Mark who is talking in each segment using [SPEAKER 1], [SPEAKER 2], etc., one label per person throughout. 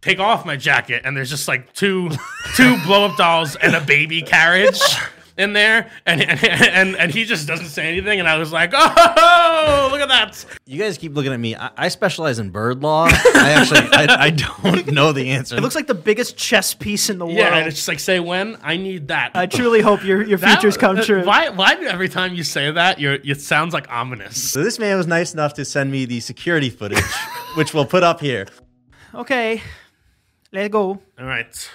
[SPEAKER 1] take off my jacket and there's just like two two blow up dolls and a baby carriage in there and and, and and he just doesn't say anything and I was like oh look at that
[SPEAKER 2] You guys keep looking at me. I, I specialize in bird law. I actually, I, I don't know the answer.
[SPEAKER 3] It looks like the biggest chess piece in the
[SPEAKER 1] yeah and
[SPEAKER 3] world.
[SPEAKER 1] it's just like say when I need that
[SPEAKER 3] I truly hope your your
[SPEAKER 1] That-
[SPEAKER 3] futures come
[SPEAKER 1] that-
[SPEAKER 3] true.
[SPEAKER 1] Why why do every time you say that you're it sounds like ominous
[SPEAKER 2] so this man was nice enough to send me the security footage, which we'll put up here.
[SPEAKER 3] Okay, let's go.
[SPEAKER 1] all right.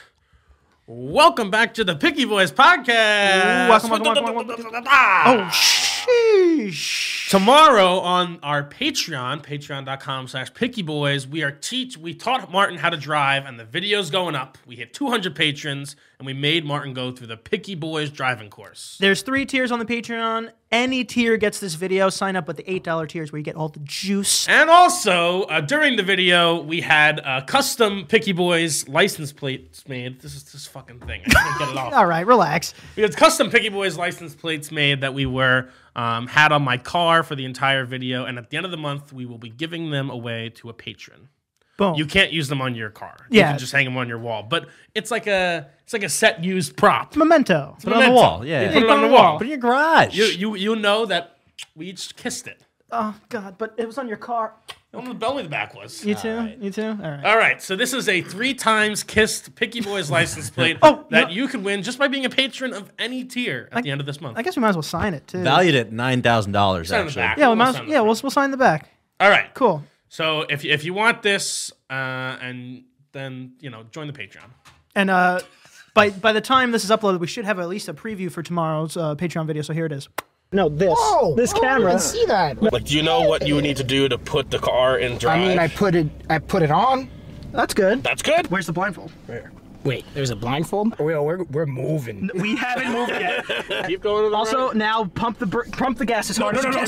[SPEAKER 1] Welcome back to the Picky Boys podcast.
[SPEAKER 3] Ooh, welcome, welcome, welcome, welcome. Oh, sheesh.
[SPEAKER 1] tomorrow on our patreon patreon.com slash picky boys we are teach we taught martin how to drive and the video's going up we hit 200 patrons and we made martin go through the picky boys driving course
[SPEAKER 3] There's three tiers on the Patreon. Any tier gets this video. Sign up with the eight dollar tiers where you get all the juice.
[SPEAKER 1] and also uh, during the video we had uh, custom picky boys license plates made this is this fucking thing i can't get it off
[SPEAKER 3] All right, relax.
[SPEAKER 1] We had custom Picky Boys license plates made that we were um, had on my car for the entire video, and at the end of the month, we will be giving them away to a patron.
[SPEAKER 3] Boom.
[SPEAKER 1] You can't use them on your car. you
[SPEAKER 3] Yeah.
[SPEAKER 1] can just hang them on your wall. But it's like a it's like a set used prop.
[SPEAKER 3] Memento.
[SPEAKER 2] Put it on the
[SPEAKER 1] Memento.
[SPEAKER 2] wall. Yeah.
[SPEAKER 1] You put it on the wall.
[SPEAKER 2] Put it in your garage.
[SPEAKER 1] You you you know that we each kissed it.
[SPEAKER 3] Oh God, but it was on your car.
[SPEAKER 1] On the belly the back was.
[SPEAKER 3] You too. You too. All right.
[SPEAKER 1] All right, so this is a three times kissed Picky Boys license plate
[SPEAKER 3] Oh,
[SPEAKER 1] that
[SPEAKER 3] no.
[SPEAKER 1] you can win just by being a patron of any tier at the end of this month.
[SPEAKER 3] I guess we might as well sign it too.
[SPEAKER 2] Valued at nine thousand dollars.
[SPEAKER 1] Sign the
[SPEAKER 2] Actually,
[SPEAKER 1] back.
[SPEAKER 3] Yeah, we
[SPEAKER 1] We'll
[SPEAKER 3] might. As,
[SPEAKER 1] sign the
[SPEAKER 3] yeah,
[SPEAKER 1] front.
[SPEAKER 3] we'll, we'll sign the back.
[SPEAKER 1] All right,
[SPEAKER 3] Cool.
[SPEAKER 1] So if if you want this, uh, and then you know, join the Patreon.
[SPEAKER 3] And uh, by by the time this is uploaded, we should have at least a preview for tomorrow's uh, Patreon video. So here it is.
[SPEAKER 4] No, this. this camera.
[SPEAKER 5] see that.
[SPEAKER 1] Like, do you know what you would need to do to put the car in drive?
[SPEAKER 5] I mean, I put it. I put it on.
[SPEAKER 4] That's good.
[SPEAKER 1] that's good.
[SPEAKER 4] Where's the blindfold?
[SPEAKER 5] Wait, there's a blindfold. We're Oh, we're, we're moving.
[SPEAKER 4] We haven't moved yet.
[SPEAKER 1] Keep going. To the
[SPEAKER 4] also,
[SPEAKER 1] right.
[SPEAKER 4] now pump the br- pump the gas as hard as you can.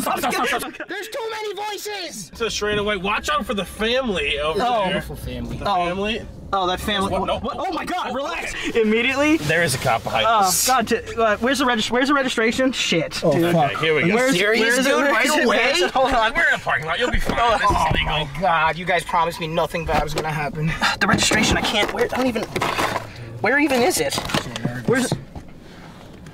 [SPEAKER 5] There's too many voices. Oh.
[SPEAKER 1] It's a straight away. Watch out for the family over there.
[SPEAKER 5] Beautiful family.
[SPEAKER 1] Family.
[SPEAKER 4] Oh, that family.
[SPEAKER 1] What? No.
[SPEAKER 4] what- Oh my God! Relax. Immediately.
[SPEAKER 1] There is a cop behind
[SPEAKER 4] Oh
[SPEAKER 1] us.
[SPEAKER 4] God. T- uh, where's the regist- Where's the registration? Shit.
[SPEAKER 5] Oh,
[SPEAKER 4] dude.
[SPEAKER 1] Okay, here we go.
[SPEAKER 4] Where's,
[SPEAKER 5] serious,
[SPEAKER 4] where's the
[SPEAKER 5] dude? Right
[SPEAKER 4] registration?
[SPEAKER 5] away?
[SPEAKER 4] Hold on.
[SPEAKER 1] We're in a parking lot. You'll be fine. this is legal.
[SPEAKER 5] God, you guys promised me nothing bad was gonna happen.
[SPEAKER 4] The registration. I can't. Where? I don't even. Where even is it? Where's?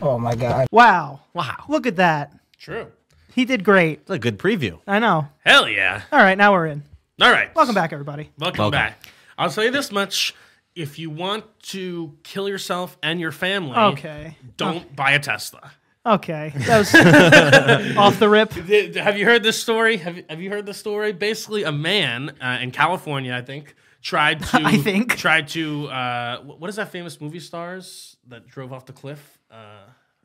[SPEAKER 5] Oh my God.
[SPEAKER 3] Wow.
[SPEAKER 1] Wow.
[SPEAKER 3] Look at that.
[SPEAKER 1] True.
[SPEAKER 3] He did great.
[SPEAKER 2] It's a good preview.
[SPEAKER 3] I know.
[SPEAKER 1] Hell yeah.
[SPEAKER 3] All right, now we're in.
[SPEAKER 1] All right.
[SPEAKER 3] Welcome back, everybody.
[SPEAKER 1] Welcome,
[SPEAKER 2] Welcome.
[SPEAKER 1] back. I'll say this much: if you want to kill yourself and your family,
[SPEAKER 3] Okay.
[SPEAKER 1] don't buy a Tesla.
[SPEAKER 3] Okay. That was off the rip.
[SPEAKER 1] Th- Have you heard this story? Have you, have you heard this story? Basically, a man uh, in California, I think, tried to.
[SPEAKER 3] I think.
[SPEAKER 1] tried to. Uh, wh- what is that famous movie stars that drove off the cliff? Uh,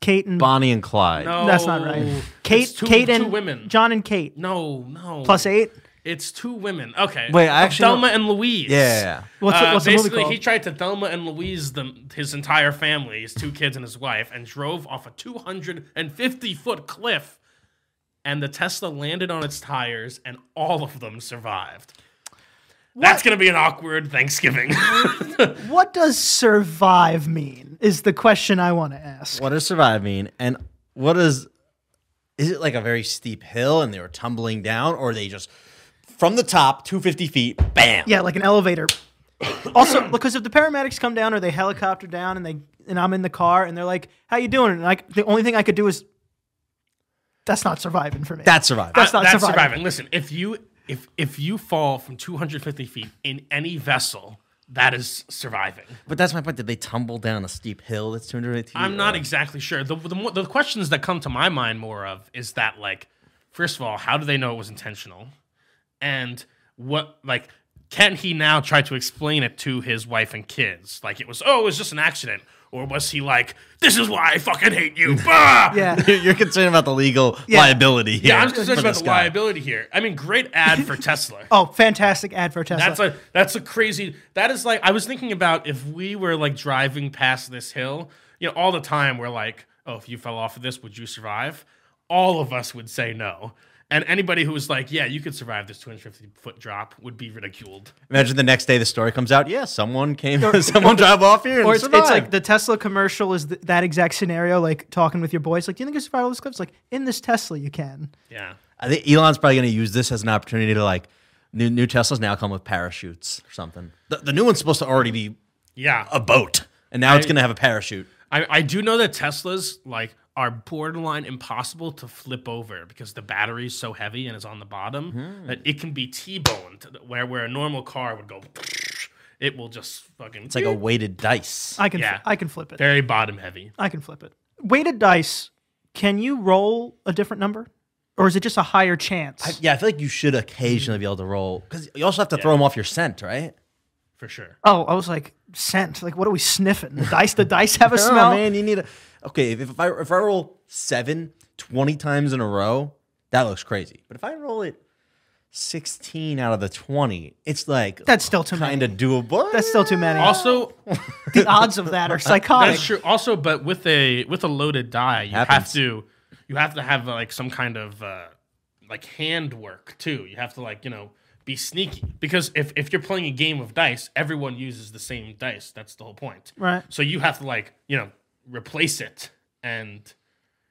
[SPEAKER 3] Kate and
[SPEAKER 2] Bonnie and Clyde.
[SPEAKER 1] no,
[SPEAKER 3] that's not right.
[SPEAKER 1] It's
[SPEAKER 3] Kate,
[SPEAKER 1] two,
[SPEAKER 3] Kate
[SPEAKER 1] two
[SPEAKER 3] and
[SPEAKER 1] women.
[SPEAKER 3] John and Kate.
[SPEAKER 1] no, no.
[SPEAKER 3] Plus eight.
[SPEAKER 1] It's two women. Okay.
[SPEAKER 2] Wait, I actually
[SPEAKER 1] Thelma and Louise.
[SPEAKER 2] Yeah.
[SPEAKER 3] What's, the
[SPEAKER 1] Uh,
[SPEAKER 3] what's the movie
[SPEAKER 1] basically,
[SPEAKER 3] called?
[SPEAKER 1] he tried to Thelma and Louise them his entire family, his two kids and his wife, and drove off a 250 foot cliff. And the Tesla landed on its tires, and all of them survived. That's gonna be an awkward Thanksgiving.
[SPEAKER 3] what does survive mean? Is the question I want to ask.
[SPEAKER 2] What does survive mean? And what does? Is it like a very steep hill and they were tumbling down, or they just from the top, two fifty feet, bam?
[SPEAKER 3] Yeah, like an elevator. also, because if the paramedics come down or they helicopter down and they and I'm in the car and they're like, "How you doing?" and like the only thing I could do is, that's not surviving for me.
[SPEAKER 2] That's survive.
[SPEAKER 3] That's not
[SPEAKER 1] That's
[SPEAKER 3] surviving.
[SPEAKER 1] surviving. Listen, if you if if you fall from 250 feet in any vessel, that is surviving.
[SPEAKER 2] but that's my point. Did they tumble down a steep hill that's two hundred eighty?
[SPEAKER 1] I'm not exactly sure. The, the mo- the questions that come to my mind more of is that like, first of all, how do they know it was intentional, and what like can he now try to explain it to his wife and kids? Like it was oh, it was just an accident, or was he like, this is why I fucking hate you? bah!"
[SPEAKER 3] yeah.
[SPEAKER 2] You're concerned about the legal
[SPEAKER 3] Yeah.
[SPEAKER 2] liability.
[SPEAKER 1] Yeah,
[SPEAKER 2] here
[SPEAKER 1] I'm just concerned
[SPEAKER 2] for
[SPEAKER 1] about
[SPEAKER 2] this
[SPEAKER 1] the
[SPEAKER 2] guy.
[SPEAKER 1] liability here. I mean, great ad for Tesla.
[SPEAKER 3] Oh, fantastic ad for Tesla.
[SPEAKER 1] That's a that's a crazy. That is like I was thinking about if we were like driving past this hill, you know, all the time we're like, oh, if you fell off of this, would you survive? All of us would say no, and anybody who was like, yeah, you could survive this 250 foot drop would be ridiculed.
[SPEAKER 2] Imagine the next day the story comes out. Yeah, someone came, someone drove off here and
[SPEAKER 3] or it's, it's like
[SPEAKER 2] survived.
[SPEAKER 3] the Tesla commercial is th- that exact scenario, like talking with your boys, like, do you think you survive all this clips? Like, in this Tesla, you can.
[SPEAKER 1] Yeah,
[SPEAKER 2] I think Elon's probably going to use this as an opportunity to like New, new Teslas now come with parachutes or something. The, the new one's supposed to already be
[SPEAKER 1] Yeah.
[SPEAKER 2] a boat, and now it's going to have a parachute.
[SPEAKER 1] I, I do know that Teslas like are borderline impossible to flip over because the battery's so heavy and is on the bottom that it can be T-boned to the- where where a normal car would go. It will just fucking.
[SPEAKER 2] It's like a weighted dice.
[SPEAKER 3] I can
[SPEAKER 1] Yeah.
[SPEAKER 3] I can flip it.
[SPEAKER 1] very bottom heavy.
[SPEAKER 3] I can flip it. Weighted dice. Can you roll a different number, or is it just a higher chance?
[SPEAKER 2] yeah, I feel like you should occasionally be able to roll because you also have to throw them off your scent, right?
[SPEAKER 1] for sure.
[SPEAKER 3] oh, I was like scent. Like, what are we sniffing? The dice. The dice have a smell.
[SPEAKER 2] Oh man, you need a okay. If, if I if I roll seven 20 times in a row, that looks crazy. But if I roll it sixteen out of the twenty, it's like
[SPEAKER 3] That's still too
[SPEAKER 2] kind
[SPEAKER 3] many.
[SPEAKER 2] of doable.
[SPEAKER 3] That's still too many.
[SPEAKER 1] Also,
[SPEAKER 3] the odds of that are psychotic.
[SPEAKER 1] that's true. Also, but with a with a loaded die, you have
[SPEAKER 2] Happens.
[SPEAKER 1] to you have to have like some kind of uh, like handwork too. You have to like you know be sneaky because if if you're playing a game of dice, everyone uses the same dice. That's the whole point.
[SPEAKER 3] Right.
[SPEAKER 1] So you have to like you know replace it and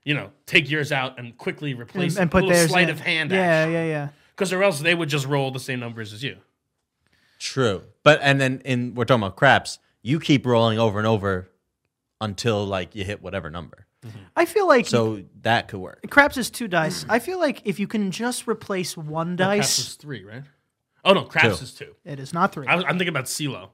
[SPEAKER 1] you know take yours out and quickly replace
[SPEAKER 3] And,
[SPEAKER 1] it.
[SPEAKER 3] and put
[SPEAKER 1] a little
[SPEAKER 3] theirs
[SPEAKER 1] sleight
[SPEAKER 3] in.
[SPEAKER 1] of hand.
[SPEAKER 3] Yeah, yeah, yeah.
[SPEAKER 1] Because or else they would just roll the same numbers as you.
[SPEAKER 2] True, but and then in we're talking about craps. You keep rolling over and over until like you hit whatever number.
[SPEAKER 3] I feel like
[SPEAKER 2] So that could work.
[SPEAKER 3] craps is two dice. I feel like if you can just replace one
[SPEAKER 1] Craps
[SPEAKER 3] dice,
[SPEAKER 1] is three, right? Oh no, craps
[SPEAKER 2] Two.
[SPEAKER 1] is two.
[SPEAKER 3] it is not three.
[SPEAKER 1] I was, I'm thinking about CeeLo.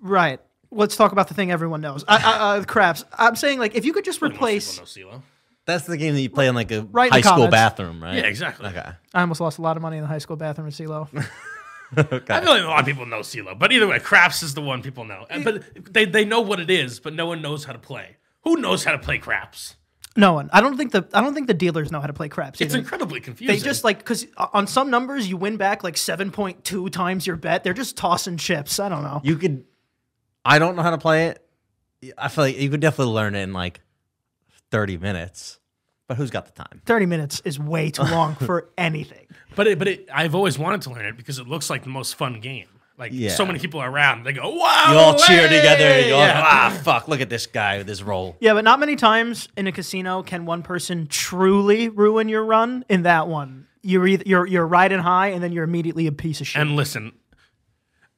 [SPEAKER 3] right. Let's talk about the thing everyone knows. I, I, uh, craps. I'm saying like if you could just replace.
[SPEAKER 1] Most people know CeeLo.
[SPEAKER 2] That's the game that you play in like a
[SPEAKER 3] Write in
[SPEAKER 2] high
[SPEAKER 3] the
[SPEAKER 2] school
[SPEAKER 3] comments.
[SPEAKER 2] bathroom, right?
[SPEAKER 1] Yeah, exactly.
[SPEAKER 2] Okay.
[SPEAKER 3] I almost lost a lot of money in the high school bathroom at CeeLo.
[SPEAKER 1] I feel like a lot of people know CeeLo, but either way, craps is the one people know. And- But they, they know what it is, but no one knows how to play. Who knows how to play craps?
[SPEAKER 3] No one. I don't think the I don't think the dealers know how to play craps.
[SPEAKER 1] It's
[SPEAKER 3] either.
[SPEAKER 1] incredibly confusing.
[SPEAKER 3] they just like because on some numbers you win back like seven point two times your bet. They're just tossing chips. I don't know.
[SPEAKER 2] You could. I don't know how to play it. I feel like you could definitely learn it in like thirty minutes, but who's got the time?
[SPEAKER 3] Thirty minutes is way too long for anything.
[SPEAKER 1] but it, but it, I've always wanted to learn it because it looks like the most fun game. Like
[SPEAKER 2] Yeah.
[SPEAKER 1] so many people are around, they go, "Wow!"
[SPEAKER 2] You
[SPEAKER 3] Oh,
[SPEAKER 2] all cheer
[SPEAKER 1] hey!"
[SPEAKER 2] together. You all,
[SPEAKER 1] Yeah.
[SPEAKER 2] ah, fuck! Look at this guy with his roll.
[SPEAKER 3] Yeah, but not many times in a casino can one person truly ruin your run. In that one, you're either, you're you're riding high and then you're immediately a piece of shit.
[SPEAKER 1] And listen,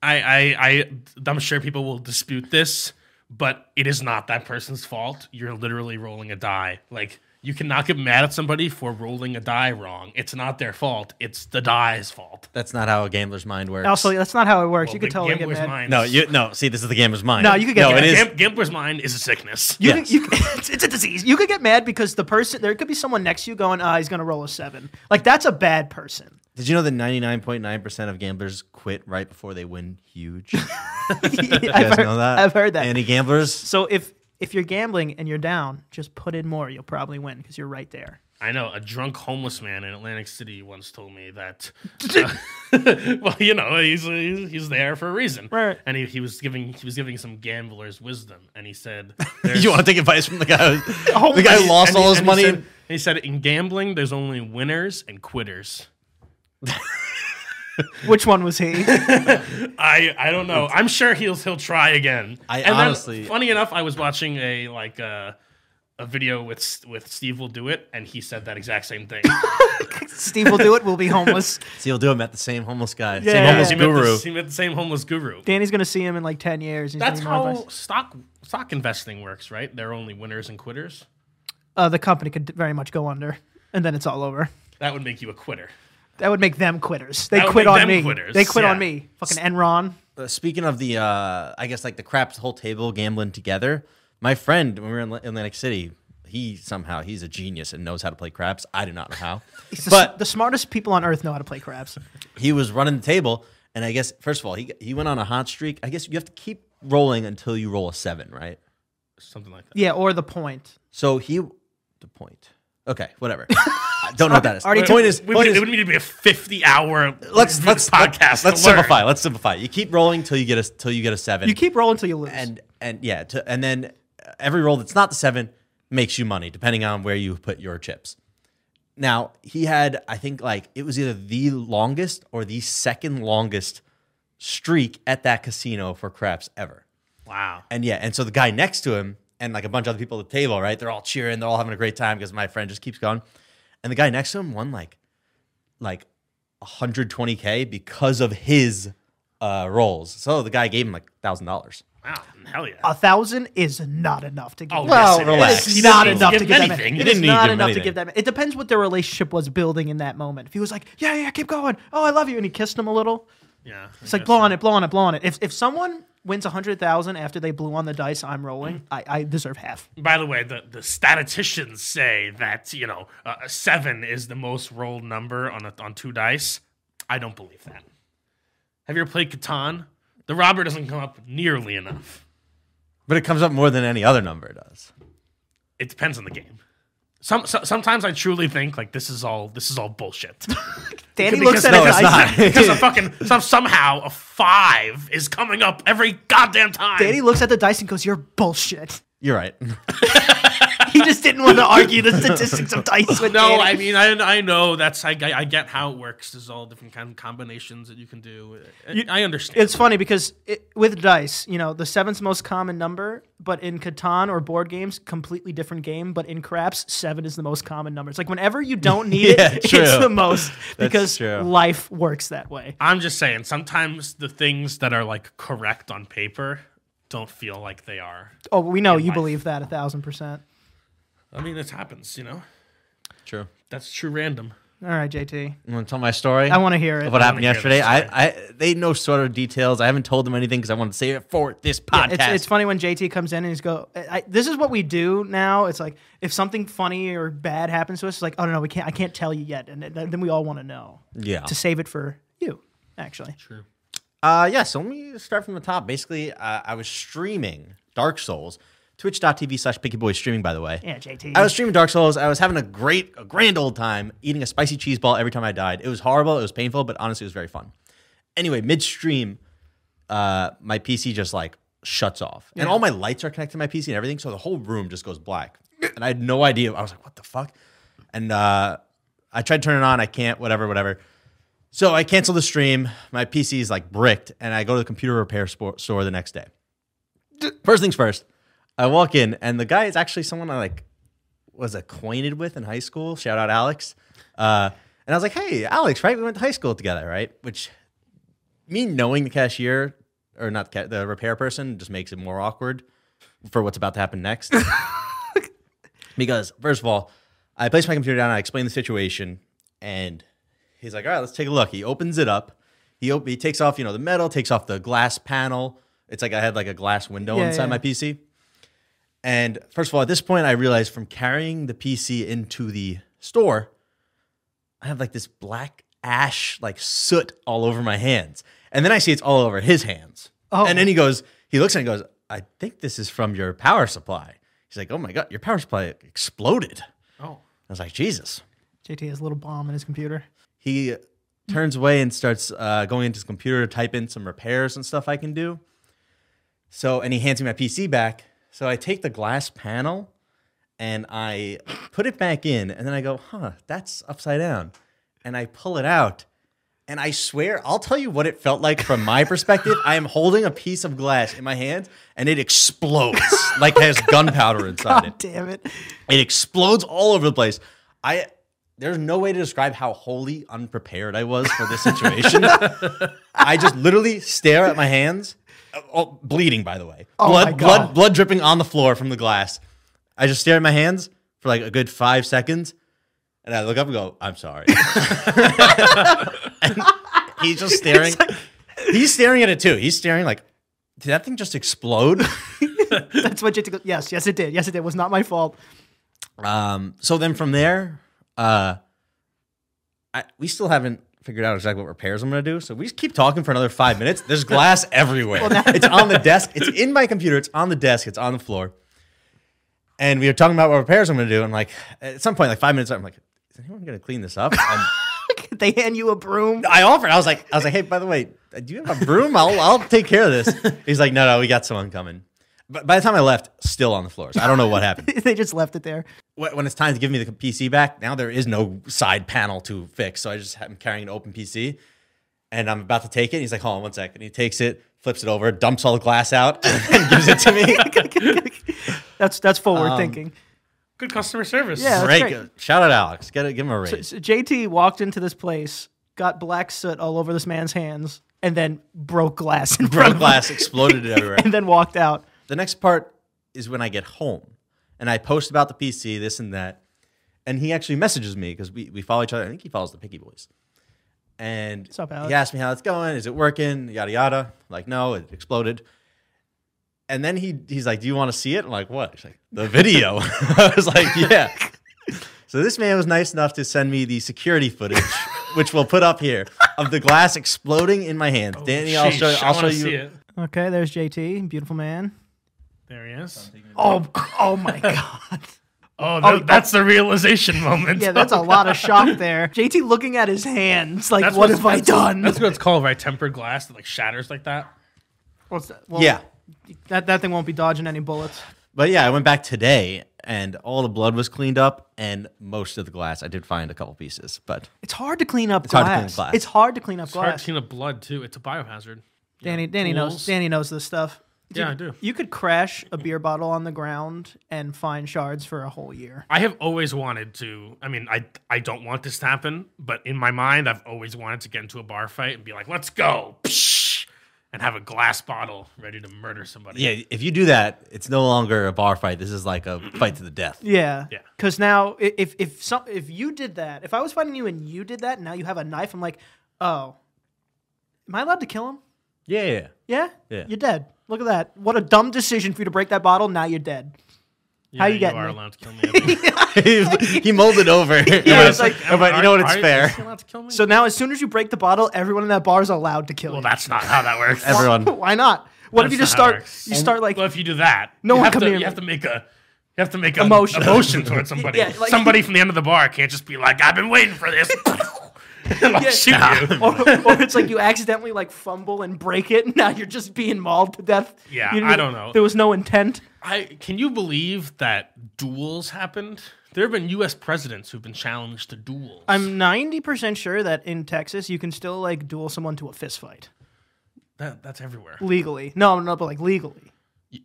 [SPEAKER 1] I, I, I, I'm sure people will dispute this, but it is not that person's fault. You're literally rolling a die. Like you cannot get mad at somebody for rolling a die wrong. It's not their fault. It's the die's fault.
[SPEAKER 2] That's not how a gambler's mind works.
[SPEAKER 3] also, that's not how it works. you
[SPEAKER 1] The
[SPEAKER 3] could totally get
[SPEAKER 1] gambler's
[SPEAKER 3] mad.
[SPEAKER 1] mind.
[SPEAKER 2] no, you no. See, this is the gambler's mind.
[SPEAKER 3] No, you could get
[SPEAKER 2] no.
[SPEAKER 3] that.
[SPEAKER 2] It is.
[SPEAKER 1] Gam- gambler's mind is a sickness.
[SPEAKER 3] You
[SPEAKER 2] Yes.
[SPEAKER 3] could, you could- it's, it's a disease. You could get mad because the person there could be someone next to you going, "Ah, he's gonna roll a seven. Like that's a bad person.
[SPEAKER 2] Did you know that ninety nine point nine percent of gamblers quit right before they win huge? You
[SPEAKER 3] I've,
[SPEAKER 2] guys
[SPEAKER 3] heard,
[SPEAKER 2] know that?
[SPEAKER 3] I've heard that.
[SPEAKER 2] Any gamblers?
[SPEAKER 3] so if if you're gambling and you're down, just put in more. You'll probably win because you're right there.
[SPEAKER 1] I know a drunk homeless man in Atlantic City once told me that. uh, well, you know, he's, he's he's there for a reason,
[SPEAKER 3] Right.
[SPEAKER 1] And he, he was giving he was giving some gamblers wisdom, and he said,
[SPEAKER 2] You want to take advice from the guy?
[SPEAKER 3] Oh
[SPEAKER 2] Who, the guy
[SPEAKER 1] And he-
[SPEAKER 2] lost
[SPEAKER 1] and
[SPEAKER 2] all
[SPEAKER 1] he-
[SPEAKER 2] his
[SPEAKER 1] and he
[SPEAKER 2] money.
[SPEAKER 1] said- and He said, in gambling, there's only winners and quitters.
[SPEAKER 3] Which one was he?
[SPEAKER 1] I, I don't know. I'm sure he'll he'll try again.
[SPEAKER 2] I
[SPEAKER 1] then,
[SPEAKER 2] honestly-
[SPEAKER 1] funny enough, I was watching a like uh, a video with S- with Steve will do it, and he said that exact same thing.
[SPEAKER 3] Steve will do it. We'll be homeless.
[SPEAKER 2] so you'll do him at the same homeless guy.
[SPEAKER 3] Yeah.
[SPEAKER 2] Same homeless
[SPEAKER 1] he, met
[SPEAKER 2] guru.
[SPEAKER 1] the, he met the same homeless guru.
[SPEAKER 3] Danny's gonna see him in like ten years. He's
[SPEAKER 1] That's
[SPEAKER 3] gonna be more
[SPEAKER 1] how
[SPEAKER 3] advice.
[SPEAKER 1] stock stock investing works, right? They're only winners and quitters.
[SPEAKER 3] uh, the company could very much go under, and then it's all over.
[SPEAKER 1] That would make you a quitter.
[SPEAKER 3] That would make them quitters. They
[SPEAKER 1] That would
[SPEAKER 3] quit
[SPEAKER 1] make
[SPEAKER 3] on
[SPEAKER 1] them
[SPEAKER 3] me.
[SPEAKER 1] quitters,
[SPEAKER 3] They quit on
[SPEAKER 1] yeah.
[SPEAKER 3] me. Fucking Enron.
[SPEAKER 2] Uh, speaking of the, uh, I guess like the craps, the whole table gambling together. My friend, when we were in Atl- Atlantic City, he somehow he's a genius and knows how to play craps. I do not know how,
[SPEAKER 3] He's the,
[SPEAKER 2] but
[SPEAKER 3] the smartest people on earth know how to play craps.
[SPEAKER 2] he was running the table. And I guess first of all, he he went on a hot streak. I guess you have to keep rolling until you roll a seven, right?
[SPEAKER 1] Something like that.
[SPEAKER 3] Yeah, or the point.
[SPEAKER 2] So he, the point. Okay, whatever. I don't know what that is.
[SPEAKER 3] Already
[SPEAKER 2] The point is,
[SPEAKER 1] We
[SPEAKER 2] point
[SPEAKER 1] would,
[SPEAKER 2] is-
[SPEAKER 1] it would need to be a fifty-hour
[SPEAKER 2] let's let's
[SPEAKER 1] podcast.
[SPEAKER 2] Let's
[SPEAKER 1] to learn.
[SPEAKER 2] simplify. Let's simplify. You keep rolling till you get a till you get a seven.
[SPEAKER 3] You keep rolling till you lose.
[SPEAKER 2] and and yeah, to, and then every roll that's not the seven makes you money, depending on where you put your chips. Now he had, I think, like it was either the longest or the second longest streak at that casino for craps ever.
[SPEAKER 1] Wow.
[SPEAKER 2] And yeah, and so the guy next to him and like a bunch of other people at the table, right? They're all cheering, they're all having a great time because my friend just keeps going. And the guy next to him won like like 120k because of his uh, roles. So the guy gave him like thousand dollars.
[SPEAKER 1] Wow, hell yeah.
[SPEAKER 3] A thousand is not enough to get.
[SPEAKER 1] Oh,
[SPEAKER 3] that.
[SPEAKER 1] yes, it
[SPEAKER 2] Uh, relax.
[SPEAKER 1] is.
[SPEAKER 2] It's
[SPEAKER 1] He
[SPEAKER 3] not
[SPEAKER 1] doesn't
[SPEAKER 3] enough
[SPEAKER 1] give
[SPEAKER 3] to get
[SPEAKER 1] him
[SPEAKER 3] that.
[SPEAKER 1] anything.
[SPEAKER 3] Man.
[SPEAKER 2] He
[SPEAKER 3] It
[SPEAKER 2] didn't
[SPEAKER 3] is
[SPEAKER 2] need to
[SPEAKER 3] not
[SPEAKER 2] give him
[SPEAKER 3] enough to
[SPEAKER 2] anything.
[SPEAKER 3] give that. Man. It depends what their relationship was building in that moment. If he was like, "Yeah, yeah, keep going. Oh, I love you," and he kissed him a little,
[SPEAKER 1] Yeah,
[SPEAKER 3] it's like blow on it, blow on it, blow on it. If if someone wins a hundred thousand after they blew on the dice, I'm
[SPEAKER 2] Mm.
[SPEAKER 3] rolling. I, I deserve half.
[SPEAKER 1] By the way, the, the statisticians say that you know uh, a seven is the most rolled number on a, on two dice. I don't believe that. Have you ever played Catan? The robber doesn't come up nearly enough.
[SPEAKER 2] But it comes up more than any other number does.
[SPEAKER 1] It depends on the game. Some, so, sometimes I truly think like this is all this is all bullshit.
[SPEAKER 3] Danny
[SPEAKER 1] Because-
[SPEAKER 3] looks at
[SPEAKER 1] no,
[SPEAKER 3] it.
[SPEAKER 2] it's
[SPEAKER 3] I-
[SPEAKER 2] not.
[SPEAKER 1] because a fucking some, somehow a five is coming up every goddamn time.
[SPEAKER 3] Danny looks at the dice and goes, "You're bullshit."
[SPEAKER 2] You're right.
[SPEAKER 3] He just didn't want to argue the statistics of dice with
[SPEAKER 1] No,
[SPEAKER 3] Danny.
[SPEAKER 1] I mean I, I know that's I, I I get how it works. There's all different kind of combinations that you can do. I- I understand.
[SPEAKER 3] It's funny because it, with dice, you know, the seven's most common number, but in Catan or board games, completely different game. But in craps, seven is the most common number. It's like whenever you don't need
[SPEAKER 2] Yeah,
[SPEAKER 3] it,
[SPEAKER 2] true.
[SPEAKER 3] it's the most
[SPEAKER 2] That's
[SPEAKER 3] because
[SPEAKER 2] true.
[SPEAKER 3] life works that way.
[SPEAKER 1] I'm just saying sometimes the things that are like correct on paper don't feel like they are.
[SPEAKER 3] Oh, we know you
[SPEAKER 1] life.
[SPEAKER 3] believe that a thousand percent.
[SPEAKER 1] I mean, this happens. You know,
[SPEAKER 2] True.
[SPEAKER 1] that's true random.
[SPEAKER 3] All right, JT,
[SPEAKER 2] You want to tell my story?
[SPEAKER 3] I want to hear it.
[SPEAKER 2] of what happened
[SPEAKER 1] hear
[SPEAKER 2] yesterday.
[SPEAKER 1] this
[SPEAKER 2] I, I they know sort of details. I haven't told them anything because I want to say it for this podcast.
[SPEAKER 3] It's, it's funny when JT comes in and he's go. I, I- this is what we do now. It's like if something funny or bad happens to us, it's like, oh no, no, we can't. I can't tell you yet, and then then we all want to know.
[SPEAKER 2] Yeah.
[SPEAKER 3] To save it for you, actually.
[SPEAKER 2] Uh, yeah, so let me start from the top. Basically, uh, I was streaming Dark Souls, twitch.tv slash Picky Boy streaming, by the way.
[SPEAKER 3] Yeah, JT.
[SPEAKER 2] I was streaming Dark Souls. I was having a great, a grand old time eating a spicy cheese ball every time I died. It was horrible. It was painful, but honestly, it was very fun. Anyway, midstream, uh, my PC just like shuts off, and all my lights are connected to my PC and everything, so the whole room just goes black. And I had no idea. I was like, "What the fuck?" And uh, I tried turning it on. I can't. Whatever. Whatever. So I cancel the stream. My PC is like bricked, and I go to the computer repair spo- store the next day. First things first, I walk in, and the guy is actually someone I like was acquainted with in high school. Shout out Alex. Uh, and I was like, "Hey, Alex, right? We went to high school together, right?" Which me knowing the cashier or not ca- the repair person just makes it more awkward for what's about to happen next. because first of all, I place my computer down. I explain the situation, and he's like, "All right, let's take a look." He opens it up. He op- he takes off, you know, the metal, takes off the glass panel. It's like I had like a glass window
[SPEAKER 3] Yeah,
[SPEAKER 2] inside
[SPEAKER 3] yeah.
[SPEAKER 2] my PC. And first of all, at this point, I realized from carrying the PC into the store, I have like this black ash, like soot all over my hands. And then I see it's all over his hands.
[SPEAKER 3] Oh.
[SPEAKER 2] And then he goes, he looks and he goes, I think this is from your power supply. He's like, oh my God, your power supply exploded.
[SPEAKER 1] Oh,
[SPEAKER 2] I was like, Jesus.
[SPEAKER 3] JT has a little bomb in his computer.
[SPEAKER 2] He turns away and starts uh, going into his computer to type in some repairs and stuff I can do. So, and he hands me my PC back. So I take the glass panel and I put it back in, and then I go, huh, that's upside down. And I pull it out, and I swear, I'll tell you what it felt like from my perspective. I am holding a piece of glass in my hand, and it explodes like it has gunpowder inside it.
[SPEAKER 3] God Oh, damn it.
[SPEAKER 2] It explodes all over the place. I there's no way to describe how wholly unprepared I was for this situation. I just literally stare at my hands, uh, oh, bleeding by the way, blood,
[SPEAKER 3] Oh my God.
[SPEAKER 2] blood, blood dripping on the floor from the glass. I just stare at my hands for like a good five seconds, and I look up and go, "I'm sorry." and he's just staring. he's staring at it too. He's staring like, "Did that thing just explode?"
[SPEAKER 3] That's what JT goes, yes, yes, it did. Yes, it did. It was not my fault.
[SPEAKER 2] Um, so then from there, uh, I, we still haven't figured out exactly what repairs I'm going to do. So we just keep talking for another five minutes. There's glass everywhere. it's on the desk. It's in my computer. It's on the desk. It's on the floor. And we were talking about what repairs I'm going to do. And like at some point, like five minutes, I'm like, is anyone going to clean this up? And
[SPEAKER 3] they hand you a broom.
[SPEAKER 2] I offered. I was like, I was like, hey, by the way, do you have a broom? I'll, I'll take care of this. He's like, no, no, we got someone coming. But by the time I left, still on the floor. So I don't know what happened
[SPEAKER 3] they just left it there.
[SPEAKER 2] wh- when it's time to give me the PC back, now there is no side panel to fix. So I just am carrying an open PC and I'm about to take it. he's like, hold on one second. And he takes it, flips it over, dumps all the glass out, and gives it to me.
[SPEAKER 3] That's that's forward thinking.
[SPEAKER 1] good customer service.
[SPEAKER 3] Yeah. that's
[SPEAKER 2] Great.
[SPEAKER 3] great.
[SPEAKER 2] Shout out Alex. Get it, give him a raise.
[SPEAKER 3] So JT walked into this place got black soot all over this man's hands, and then broke glass in front
[SPEAKER 2] Broke
[SPEAKER 3] of
[SPEAKER 2] glass, exploded it everywhere.
[SPEAKER 3] him, and then walked out.
[SPEAKER 2] The next part is when I get home and I post about the PC, this and that. And he actually messages me because we, we follow each other. I think he follows the Picky Boys. And
[SPEAKER 3] up, Alex?
[SPEAKER 2] he asked me how it's going. Is it working? Yada, yada. Like, no, it exploded. And then he he's like, Do you want to see it? I'm like, What? He's like, The video. I was like, Yeah. So this man was nice enough to send me the security footage, which we'll put up here, of the glass exploding in my hand. Danny, I'll show,
[SPEAKER 1] Oh, Sheesh, I
[SPEAKER 2] I'll show
[SPEAKER 1] wanna
[SPEAKER 2] you.
[SPEAKER 1] see it.
[SPEAKER 3] Okay, there's JT, beautiful man.
[SPEAKER 1] There he is.
[SPEAKER 3] Oh, oh my god.
[SPEAKER 1] Oh, that- that's the realization moment.
[SPEAKER 3] Yeah, that's a lot of shock there. JT looking at his hands, like,
[SPEAKER 1] That's
[SPEAKER 3] what
[SPEAKER 1] what's-
[SPEAKER 3] have I done?
[SPEAKER 1] That's what it's called, right? Tempered glass that like shatters like that.
[SPEAKER 3] What's that? Well,
[SPEAKER 2] Yeah.
[SPEAKER 3] that, that thing won't be dodging any bullets.
[SPEAKER 2] But yeah, I went back today and all the blood was cleaned up and most of the glass. I did find a couple pieces, but
[SPEAKER 3] It's hard to clean up
[SPEAKER 2] hard
[SPEAKER 3] glass.
[SPEAKER 2] to clean up glass.
[SPEAKER 3] It's hard to clean up
[SPEAKER 1] It's hard
[SPEAKER 3] glass.
[SPEAKER 1] to clean up blood too. It's a biohazard.
[SPEAKER 3] Danny, Danny knows.
[SPEAKER 1] Tools.
[SPEAKER 3] Danny knows this stuff.
[SPEAKER 1] Yeah, I do.
[SPEAKER 3] You could crash a beer bottle on the ground and find shards for a whole year.
[SPEAKER 1] I have always wanted to. I mean, I I don't want this to happen, but in my mind, I've always wanted to get into a bar fight and be like, "Let's go!" Psh! and have a glass bottle ready to murder somebody.
[SPEAKER 2] yeah, if you do that, it's no longer a bar fight. This is like a fight to the death.
[SPEAKER 3] Yeah.
[SPEAKER 1] Yeah.
[SPEAKER 3] Because now, i- if if some if you did that, if I was fighting you and you did that, and now you have a knife, I'm like, oh, am I allowed to kill him?
[SPEAKER 2] Yeah, yeah.
[SPEAKER 3] Yeah.
[SPEAKER 2] Yeah.
[SPEAKER 3] You're dead. Look at that. What a dumb decision for you to break that bottle. Now you're dead.
[SPEAKER 1] Yeah,
[SPEAKER 3] How you getting
[SPEAKER 1] are
[SPEAKER 3] me?
[SPEAKER 1] allowed to kill me. I think.
[SPEAKER 2] he molded over.
[SPEAKER 3] Yeah, it's like-
[SPEAKER 2] but you know what? It's
[SPEAKER 1] Are- are-
[SPEAKER 2] fair.
[SPEAKER 1] is he allowed to kill me?
[SPEAKER 3] So now, as soon as you break the bottle, everyone in that bar is allowed to kill
[SPEAKER 1] well,
[SPEAKER 3] you.
[SPEAKER 1] that's not how that works.
[SPEAKER 2] Everyone.
[SPEAKER 3] Why not? What if
[SPEAKER 1] That's
[SPEAKER 3] you just
[SPEAKER 1] not how it
[SPEAKER 3] start?
[SPEAKER 1] works.
[SPEAKER 3] You start like
[SPEAKER 1] well, if you do that,
[SPEAKER 3] No
[SPEAKER 1] you
[SPEAKER 3] one
[SPEAKER 1] have
[SPEAKER 3] come
[SPEAKER 1] to,
[SPEAKER 3] near
[SPEAKER 1] You
[SPEAKER 3] me.
[SPEAKER 1] have to make a. You have to make a
[SPEAKER 3] Emotion.
[SPEAKER 1] emotion towards somebody.
[SPEAKER 3] Yeah, like-
[SPEAKER 1] somebody from the end of the bar can't just be like, "I've been waiting for this." and I'll shoot you.
[SPEAKER 3] or, or it's like you accidentally like fumble and break it, and now you're just being mauled to death.
[SPEAKER 1] Yeah,
[SPEAKER 3] You
[SPEAKER 1] I don't know.
[SPEAKER 3] There was no intent.
[SPEAKER 1] I can you believe that duels happened? There have been U.S. presidents who've been challenged to duels.
[SPEAKER 3] I'm 90% sure that in Texas you can still like duel someone to a fist fight
[SPEAKER 1] that, that's everywhere.
[SPEAKER 3] legally. No, no, but like legally.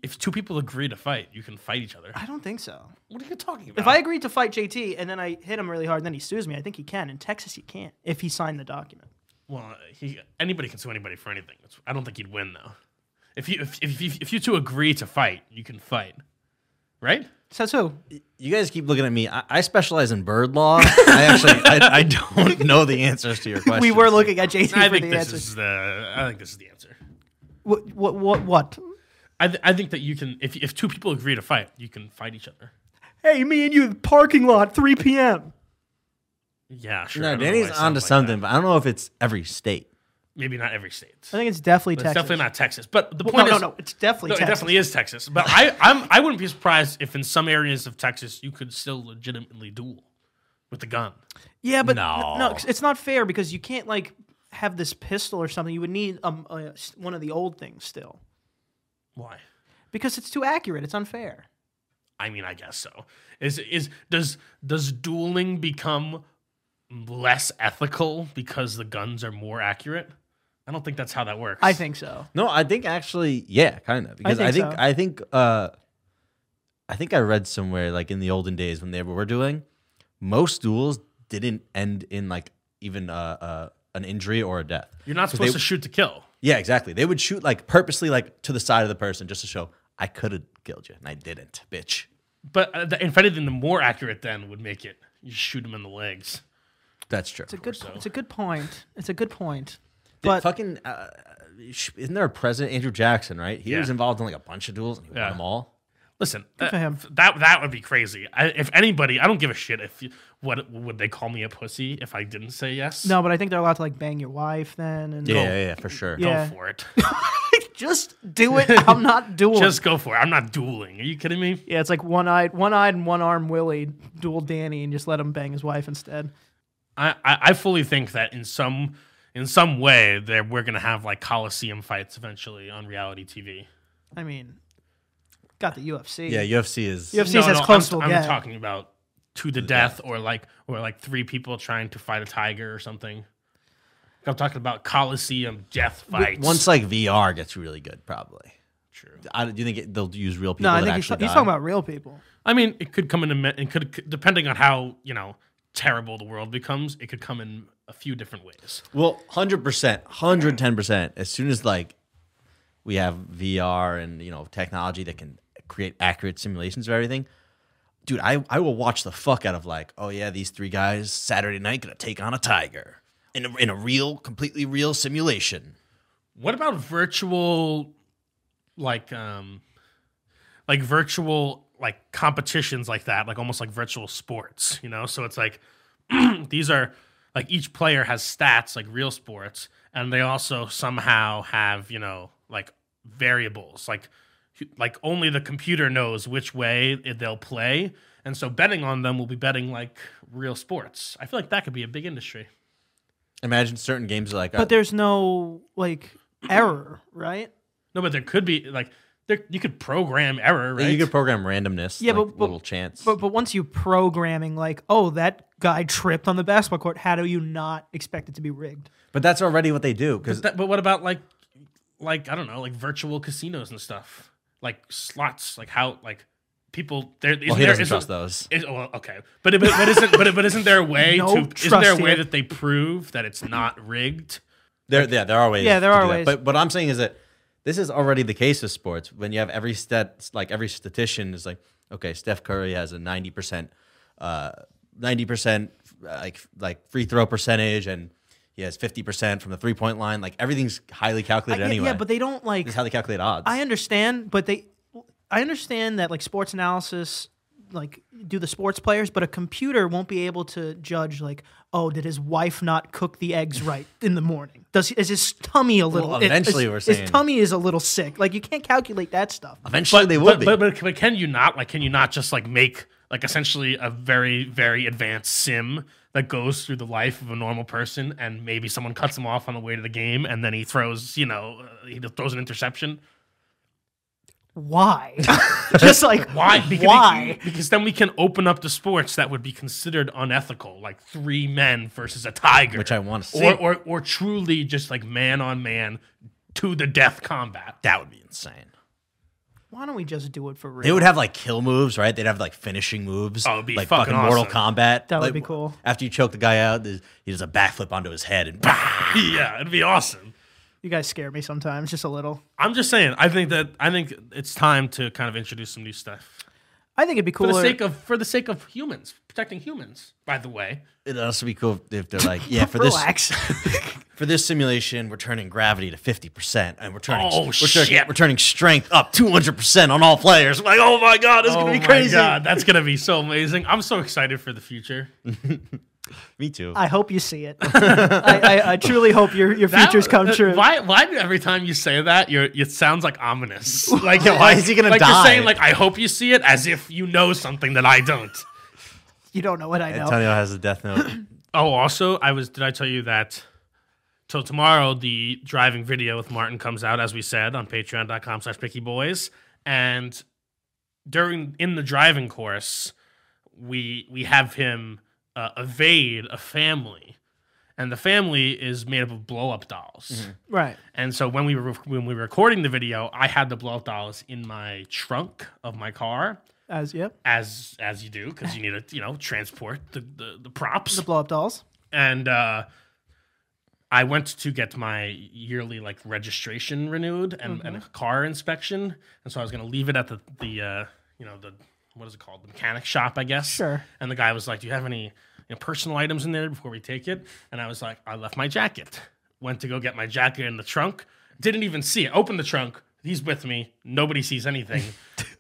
[SPEAKER 1] If two people agree to fight, you can fight each other.
[SPEAKER 3] I don't think so.
[SPEAKER 1] What are you talking about?
[SPEAKER 3] If I agreed to fight JT and then I hit him really hard and then he sues me, I think he can. In Texas, he can't if he signed the document.
[SPEAKER 1] well, he, anybody can sue anybody for anything. It's- I don't think he'd win though. If you if, if, if, if you two agree to fight, you can fight, right?
[SPEAKER 3] Says who?
[SPEAKER 2] You guys keep looking at me. I, I specialize in bird law. I actually, I, I don't know the answers to your questions.
[SPEAKER 3] We were looking at JT
[SPEAKER 1] I
[SPEAKER 3] for
[SPEAKER 1] think
[SPEAKER 3] the
[SPEAKER 1] this
[SPEAKER 3] answer.
[SPEAKER 1] is the I think this is the answer.
[SPEAKER 3] What, what? What? What?
[SPEAKER 1] I, th- I think that you can if if two people agree to fight, you can fight each other.
[SPEAKER 3] Hey, me and you, in the parking lot, 3 p.m.
[SPEAKER 1] Yeah, sure. I
[SPEAKER 2] No,
[SPEAKER 1] don't know why
[SPEAKER 2] Danny's
[SPEAKER 1] I sound
[SPEAKER 2] onto
[SPEAKER 1] like that.
[SPEAKER 2] something, but I don't know if it's every state.
[SPEAKER 1] Maybe not every state.
[SPEAKER 3] I think it's definitely
[SPEAKER 1] But
[SPEAKER 3] Texas.
[SPEAKER 1] It's definitely not Texas. But the
[SPEAKER 3] No,
[SPEAKER 1] point
[SPEAKER 3] no,
[SPEAKER 1] is,
[SPEAKER 3] no. It's definitely
[SPEAKER 1] no, it
[SPEAKER 3] Texas.
[SPEAKER 1] definitely is Texas. But I, I'm, I wouldn't be surprised if in some areas of Texas you could still legitimately duel with the gun.
[SPEAKER 3] Yeah, but
[SPEAKER 2] No.
[SPEAKER 3] no. no, 'cause it's not fair because you can't like have this pistol or something. You would need um uh, s- one of the old things still
[SPEAKER 1] Why?
[SPEAKER 3] because it's too accurate. It's unfair.
[SPEAKER 1] I mean, I guess so. Is is does does dueling become less ethical because the guns are more accurate? I don't think that's how that works.
[SPEAKER 3] I think so.
[SPEAKER 2] No, I think actually, yeah, kind of. Because I
[SPEAKER 3] think
[SPEAKER 2] think
[SPEAKER 3] so.
[SPEAKER 2] I think uh, I think I read somewhere like in the olden days when they were doing most duels didn't end in like even uh, uh, an injury or a death.
[SPEAKER 1] you're not
[SPEAKER 2] 'Cause
[SPEAKER 1] supposed
[SPEAKER 2] they-
[SPEAKER 1] to shoot to kill.
[SPEAKER 2] Yeah, exactly. They would shoot like purposely like to the side of the person just to show I could have killed you and I didn't, bitch.
[SPEAKER 1] But uh, the, if anything, the more accurate then would make it you shoot them in the legs.
[SPEAKER 2] That's true.
[SPEAKER 3] It's a good. It's a good point. It's a good point.
[SPEAKER 2] Did
[SPEAKER 3] But
[SPEAKER 2] fucking uh, sh- isn't there a president Andrew Jackson right? He
[SPEAKER 1] Yeah.
[SPEAKER 2] was involved in like a bunch of duels and he
[SPEAKER 1] Yeah.
[SPEAKER 2] won them all.
[SPEAKER 1] Listen,
[SPEAKER 3] for
[SPEAKER 1] uh,
[SPEAKER 3] him.
[SPEAKER 1] f- that that would be crazy. I, if anybody, I don't give a shit. If you, what would they call me a pussy if I didn't say yes?
[SPEAKER 3] no, but I think they're allowed to like bang your wife then. And
[SPEAKER 2] Yeah, yeah, yeah, for sure.
[SPEAKER 1] go
[SPEAKER 3] Yeah.
[SPEAKER 1] for it.
[SPEAKER 3] just do it. I'm not doing.
[SPEAKER 1] Just go for it. I'm not dueling. Are you kidding me?
[SPEAKER 3] yeah, it's like one eyed, one eyed, and one arm Willie duel Danny and just let him bang his wife instead.
[SPEAKER 1] I, I, I fully think that in some in some way that we're gonna have like coliseum fights eventually on reality TV.
[SPEAKER 3] I mean, got the UFC.
[SPEAKER 2] Yeah, UFC is.
[SPEAKER 3] UFC is as close
[SPEAKER 1] I'm,
[SPEAKER 3] to get.
[SPEAKER 1] I'm talking about to the death or like or like three people trying to fight a tiger or something. I'm talking about coliseum death fights.
[SPEAKER 2] Once like VR gets really good, probably.
[SPEAKER 1] True.
[SPEAKER 2] I, do you think it, they'll use real people?
[SPEAKER 3] no, I
[SPEAKER 2] that
[SPEAKER 3] think he's,
[SPEAKER 2] actually
[SPEAKER 3] he's
[SPEAKER 2] die?
[SPEAKER 3] talking about real people.
[SPEAKER 1] I mean, it could come in a me- it could depending on how you know terrible the world becomes. It could come in a few different ways.
[SPEAKER 2] Well, hundred percent, hundred ten percent. As soon as like we have VR and you know technology that can create accurate simulations of everything, dude, I I will watch the fuck out of like, oh yeah, these three guys Saturday night gonna take on a tiger in a, in a real, completely real simulation.
[SPEAKER 1] What about virtual, like um, like virtual like competitions like that, like almost like virtual sports, you know? So it's like these are like each player has stats like real sports, and they also somehow have you know like variables like hu- like only the computer knows which way it- they'll play, and so betting on them will be betting like real sports. I feel like that could be a big industry.
[SPEAKER 2] Imagine certain games are like, uh,
[SPEAKER 3] But there's no like error, right?
[SPEAKER 1] No, but there could be like there you could program error,
[SPEAKER 2] Yeah,
[SPEAKER 1] right?
[SPEAKER 2] you could program randomness,
[SPEAKER 3] Yeah,
[SPEAKER 2] yeah,
[SPEAKER 3] but- but-
[SPEAKER 2] little chance.
[SPEAKER 3] But but once you programming like, oh, that guy tripped on the basketball court, how do you not expect it to be rigged?
[SPEAKER 2] but that's already what they do because
[SPEAKER 1] That- but what about like like I don't know, like virtual casinos and stuff, like slots, like how like people there. Isn't
[SPEAKER 2] well, he
[SPEAKER 1] there,
[SPEAKER 2] doesn't
[SPEAKER 1] isn't-
[SPEAKER 2] trust those.
[SPEAKER 1] is- oh, well, okay, but, but but isn't but, but isn't there a way
[SPEAKER 3] No
[SPEAKER 1] to isn't there a
[SPEAKER 3] trust
[SPEAKER 1] way
[SPEAKER 3] here.
[SPEAKER 1] that they prove that it's not rigged?
[SPEAKER 2] There, yeah, there are ways.
[SPEAKER 3] Yeah, there
[SPEAKER 2] to
[SPEAKER 3] are
[SPEAKER 2] do that.
[SPEAKER 3] ways.
[SPEAKER 2] But what I'm saying is that this is already the case with sports. When you have every stat, like every statistician is like, okay, Steph Curry has a 90 percent, uh, 90 percent like like free throw percentage, and he has 50 percent from the three point line. Like everything's highly
[SPEAKER 3] I-
[SPEAKER 2] calculated
[SPEAKER 3] yeah,
[SPEAKER 2] anyway.
[SPEAKER 3] yeah, but they don't like
[SPEAKER 2] this is how they calculate odds.
[SPEAKER 3] I understand, but they, I understand that like sports analysis, like do the sports players, but a computer won't be able to judge like, oh, did his wife not cook the eggs right in the morning? Does is his tummy a little?
[SPEAKER 2] Well, eventually
[SPEAKER 3] is-
[SPEAKER 2] we're saying-
[SPEAKER 3] his tummy is a little sick. Like you can't calculate that stuff.
[SPEAKER 2] Eventually, they will
[SPEAKER 1] but,
[SPEAKER 2] be.
[SPEAKER 1] But, but but can you not like can you not just like make like essentially a very very advanced sim that goes through the life of a normal person and maybe someone cuts him off on the way to the game and then he throws you know uh, he throws an interception
[SPEAKER 3] Why? Just like
[SPEAKER 1] why because,
[SPEAKER 3] Why?
[SPEAKER 1] because then we can open up the sports that would be considered unethical like three men versus a tiger
[SPEAKER 2] Which I wanna see.
[SPEAKER 1] or or, or truly just like man on man to the death combat
[SPEAKER 2] that would be insane.
[SPEAKER 3] Why don't we just do it for real?
[SPEAKER 2] They would have like kill moves, right? They'd have like finishing moves,
[SPEAKER 1] Oh, it'd be
[SPEAKER 2] like
[SPEAKER 1] fucking
[SPEAKER 2] Mortal
[SPEAKER 1] awesome.
[SPEAKER 2] Combat.
[SPEAKER 3] That would
[SPEAKER 2] Like,
[SPEAKER 3] be cool.
[SPEAKER 2] After you choke the guy out, there's- he does a backflip onto his head and.
[SPEAKER 1] yeah it'd be awesome
[SPEAKER 3] you guys scare me sometimes, just a little.
[SPEAKER 1] I'm just saying. I think that I think it's time to kind of introduce some new stuff
[SPEAKER 3] I think it'd be
[SPEAKER 1] for
[SPEAKER 3] cooler.
[SPEAKER 1] the sake of for the sake of humans protecting humans. By the way,
[SPEAKER 2] It'd also be cool if they're like, yeah, for this
[SPEAKER 3] relax.
[SPEAKER 2] for this simulation, we're turning gravity to fifty percent, and we're turning
[SPEAKER 1] Oh,
[SPEAKER 2] we're,
[SPEAKER 1] shit.
[SPEAKER 2] Turning, we're turning strength up two hundred percent on all players. like, oh my god, this is gonna be crazy.
[SPEAKER 1] my god, that's gonna be so amazing! I'm so excited for the future.
[SPEAKER 2] Me too.
[SPEAKER 3] I hope you see it. I, I, I truly hope your your
[SPEAKER 1] That-
[SPEAKER 3] features come
[SPEAKER 1] that-
[SPEAKER 3] true.
[SPEAKER 1] Why? Why do every time you say that, you're, it sounds like ominous? Like,
[SPEAKER 2] Yeah, why is he gonna
[SPEAKER 1] like You're
[SPEAKER 2] die?
[SPEAKER 1] saying like, I hope you see it, as if you know something that I don't.
[SPEAKER 3] You don't know what I know.
[SPEAKER 2] Antonio has a death note.
[SPEAKER 1] Oh, also, I was. Did I tell you that? Till tomorrow, the driving video with Martin comes out, as we said, on patreon.com slash picky boys. And during in the driving course, we we have him uh, evade a family. And the family is made up of blow up dolls.
[SPEAKER 2] Mm-hmm.
[SPEAKER 3] Right.
[SPEAKER 1] And so when we were when we were recording the video, I had the blow up dolls in my trunk of my car,
[SPEAKER 3] As yep.
[SPEAKER 1] as as you do, because you need to you know transport the the, the props
[SPEAKER 3] The blow up dolls.
[SPEAKER 1] and uh, I went to get my yearly like registration renewed and, and a car inspection, and so I was gonna leave it at the the uh, you know the what is it called the mechanic shop, I guess.
[SPEAKER 3] Sure.
[SPEAKER 1] And the guy was like, "Do you have any you know, personal items in there before we take it?" And I was like, "I left my jacket." Went to go get my jacket in the trunk. Didn't even see it. Open the trunk. He's with me. Nobody sees anything.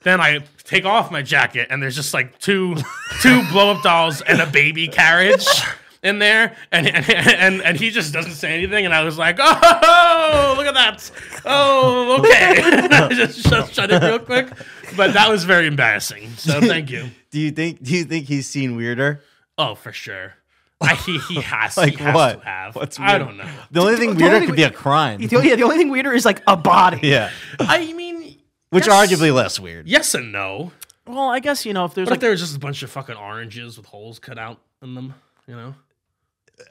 [SPEAKER 1] then I take off my jacket, and there's just like two two blow up dolls and a baby carriage in there, and and, and and he just doesn't say anything. And I was like, oh, look at that. Oh, okay. And I just shut, shut it real quick. But that was very embarrassing. So thank you.
[SPEAKER 2] do you think? Do you think he's seen weirder?
[SPEAKER 1] Oh, for sure. I, he, he has,
[SPEAKER 2] Like
[SPEAKER 1] he has
[SPEAKER 2] what?
[SPEAKER 1] to have.
[SPEAKER 2] What's
[SPEAKER 1] I
[SPEAKER 2] weird?
[SPEAKER 1] don't know.
[SPEAKER 2] The only thing
[SPEAKER 3] the only
[SPEAKER 2] weirder
[SPEAKER 3] thing
[SPEAKER 2] could be
[SPEAKER 3] we-
[SPEAKER 2] a crime.
[SPEAKER 3] The, yeah, the only thing weirder is like a body.
[SPEAKER 2] yeah,
[SPEAKER 1] I mean,
[SPEAKER 2] which
[SPEAKER 1] yes-
[SPEAKER 2] arguably less weird.
[SPEAKER 1] Yes and no.
[SPEAKER 3] Well, I guess you know if there's
[SPEAKER 1] But if
[SPEAKER 3] like
[SPEAKER 1] there was just a bunch of fucking oranges with holes cut out in them, you know?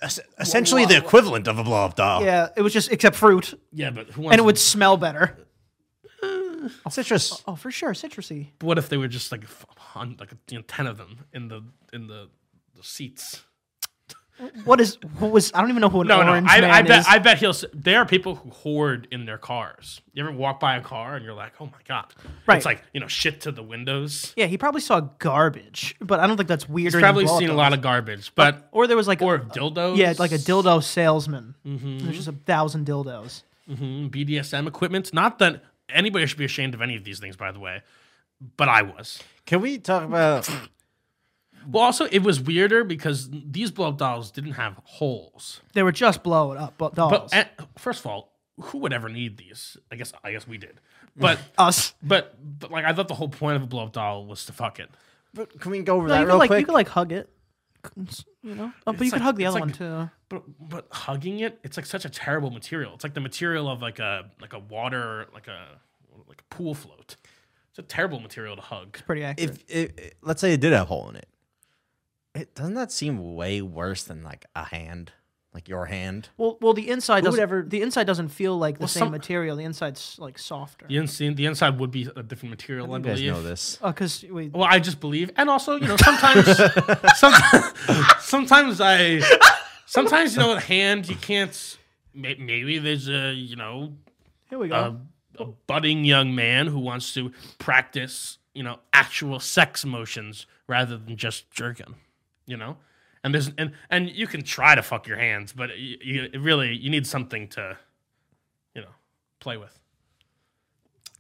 [SPEAKER 2] Es- essentially, the equivalent of a blow up doll.
[SPEAKER 3] yeah, it was just except fruit,
[SPEAKER 1] Yeah, but who wants
[SPEAKER 3] and it would smell better.
[SPEAKER 2] Citrus.
[SPEAKER 3] Oh, for sure, citrusy.
[SPEAKER 1] What if they were just like, f- hun- like you know, ten of them in the in the, the seats?
[SPEAKER 3] What is what was I don't even know who an
[SPEAKER 1] No, no.
[SPEAKER 3] orange man
[SPEAKER 1] I, I bet.
[SPEAKER 3] is.
[SPEAKER 1] I bet he'll. s- There are people who hoard in their cars. You ever walk by a car and you're like, oh my god,
[SPEAKER 3] Right.
[SPEAKER 1] It's like you know, shit to the windows.
[SPEAKER 3] yeah, he probably saw garbage, but I don't think that's weirder.
[SPEAKER 1] He's probably
[SPEAKER 3] than
[SPEAKER 1] seen a
[SPEAKER 3] dildos.
[SPEAKER 1] lot of garbage, but
[SPEAKER 3] Or there was like
[SPEAKER 1] or
[SPEAKER 3] a,
[SPEAKER 1] dildos. Mm-hmm.
[SPEAKER 3] yeah, like a dildo salesman. There's just a thousand dildos.
[SPEAKER 1] BDSM equipment. Not that anybody should be ashamed of any of these things, by the way, but I was.
[SPEAKER 2] Can we talk about?
[SPEAKER 1] Well, also it was weirder because these blow up dolls didn't have holes.
[SPEAKER 3] They were just blowing up bu- dolls.
[SPEAKER 1] But and, first of all, who would ever need these? I guess I guess we did. But
[SPEAKER 3] Us.
[SPEAKER 1] but but like I thought the whole point of a blow up doll was to fuck it.
[SPEAKER 2] but Can we go over
[SPEAKER 3] No,
[SPEAKER 2] that
[SPEAKER 3] you could
[SPEAKER 2] real
[SPEAKER 3] like you
[SPEAKER 2] quick?
[SPEAKER 3] could like hug it. You know, oh, but you
[SPEAKER 1] It's like-
[SPEAKER 3] could hug the
[SPEAKER 1] it's
[SPEAKER 3] other
[SPEAKER 1] like-
[SPEAKER 3] one too.
[SPEAKER 1] But but hugging it, it's like such a terrible material. It's like the material of like a like a water like a like a pool float. It's a terrible material to hug.
[SPEAKER 3] Pretty accurate.
[SPEAKER 2] if, if, let's say it did have a hole in it, it doesn't that seem way worse than like a hand, like your hand?
[SPEAKER 3] well, well, the
[SPEAKER 2] Who
[SPEAKER 3] inside
[SPEAKER 2] would
[SPEAKER 3] doesn't.
[SPEAKER 2] ever-
[SPEAKER 3] the inside doesn't feel like the
[SPEAKER 1] Well,
[SPEAKER 3] same
[SPEAKER 1] some-
[SPEAKER 3] material. The inside's like softer.
[SPEAKER 1] The inside the inside would be a different material. I,
[SPEAKER 2] You guys
[SPEAKER 1] believe.
[SPEAKER 2] know this.
[SPEAKER 3] because Oh, we
[SPEAKER 1] Well, I just believe, and also you know sometimes sometimes, sometimes I sometimes you know with hand you can't. may- Maybe there's a you know
[SPEAKER 3] here we go.
[SPEAKER 1] a, a budding young man who wants to practice, you know, actual sex motions rather than just jerking, you know. And there's and and you can try to fuck your hands, but you, you it really you need something to, you know, play with.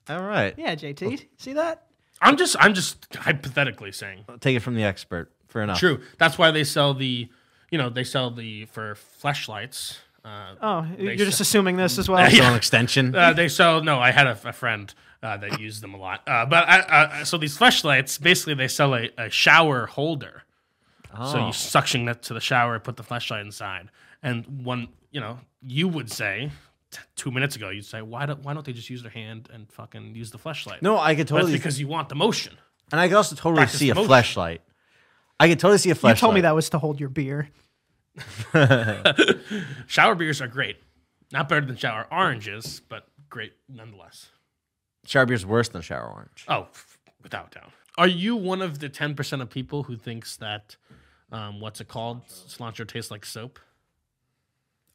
[SPEAKER 2] All right,
[SPEAKER 3] yeah,
[SPEAKER 1] oh.
[SPEAKER 3] JT, see that?
[SPEAKER 1] I'm just I'm just hypothetically saying.
[SPEAKER 2] take it from the expert. Fair enough.
[SPEAKER 1] True. That's why they sell the, you know, they sell the for flashlights. Uh,
[SPEAKER 3] Oh, you're
[SPEAKER 1] They
[SPEAKER 3] just assuming this as well.
[SPEAKER 2] It's on extension.
[SPEAKER 1] Uh, they sell. No, I had a, a friend uh, that used them a lot. Uh, but I, uh, so these flashlights, basically, they sell a, a shower holder. So you suction it to the shower, put the flashlight inside, and one, you know, you would say t- two minutes ago, you'd say, why don't why don't they just use their hand and fucking use the flashlight?
[SPEAKER 2] no, I could
[SPEAKER 1] but it's
[SPEAKER 2] totally,
[SPEAKER 1] because you want the motion.
[SPEAKER 2] and I could also totally
[SPEAKER 1] practice
[SPEAKER 2] see a
[SPEAKER 1] motion.
[SPEAKER 2] flashlight. I could totally see a
[SPEAKER 3] you
[SPEAKER 2] flashlight.
[SPEAKER 3] told me that was to hold your beer.
[SPEAKER 1] Shower beers are great, not better than shower oranges, but great nonetheless.
[SPEAKER 2] Shower beer's worse than shower orange.
[SPEAKER 1] Oh, f- without doubt. Are you one of the ten percent of people who thinks that um, what's it called? Cilantro tastes like soap.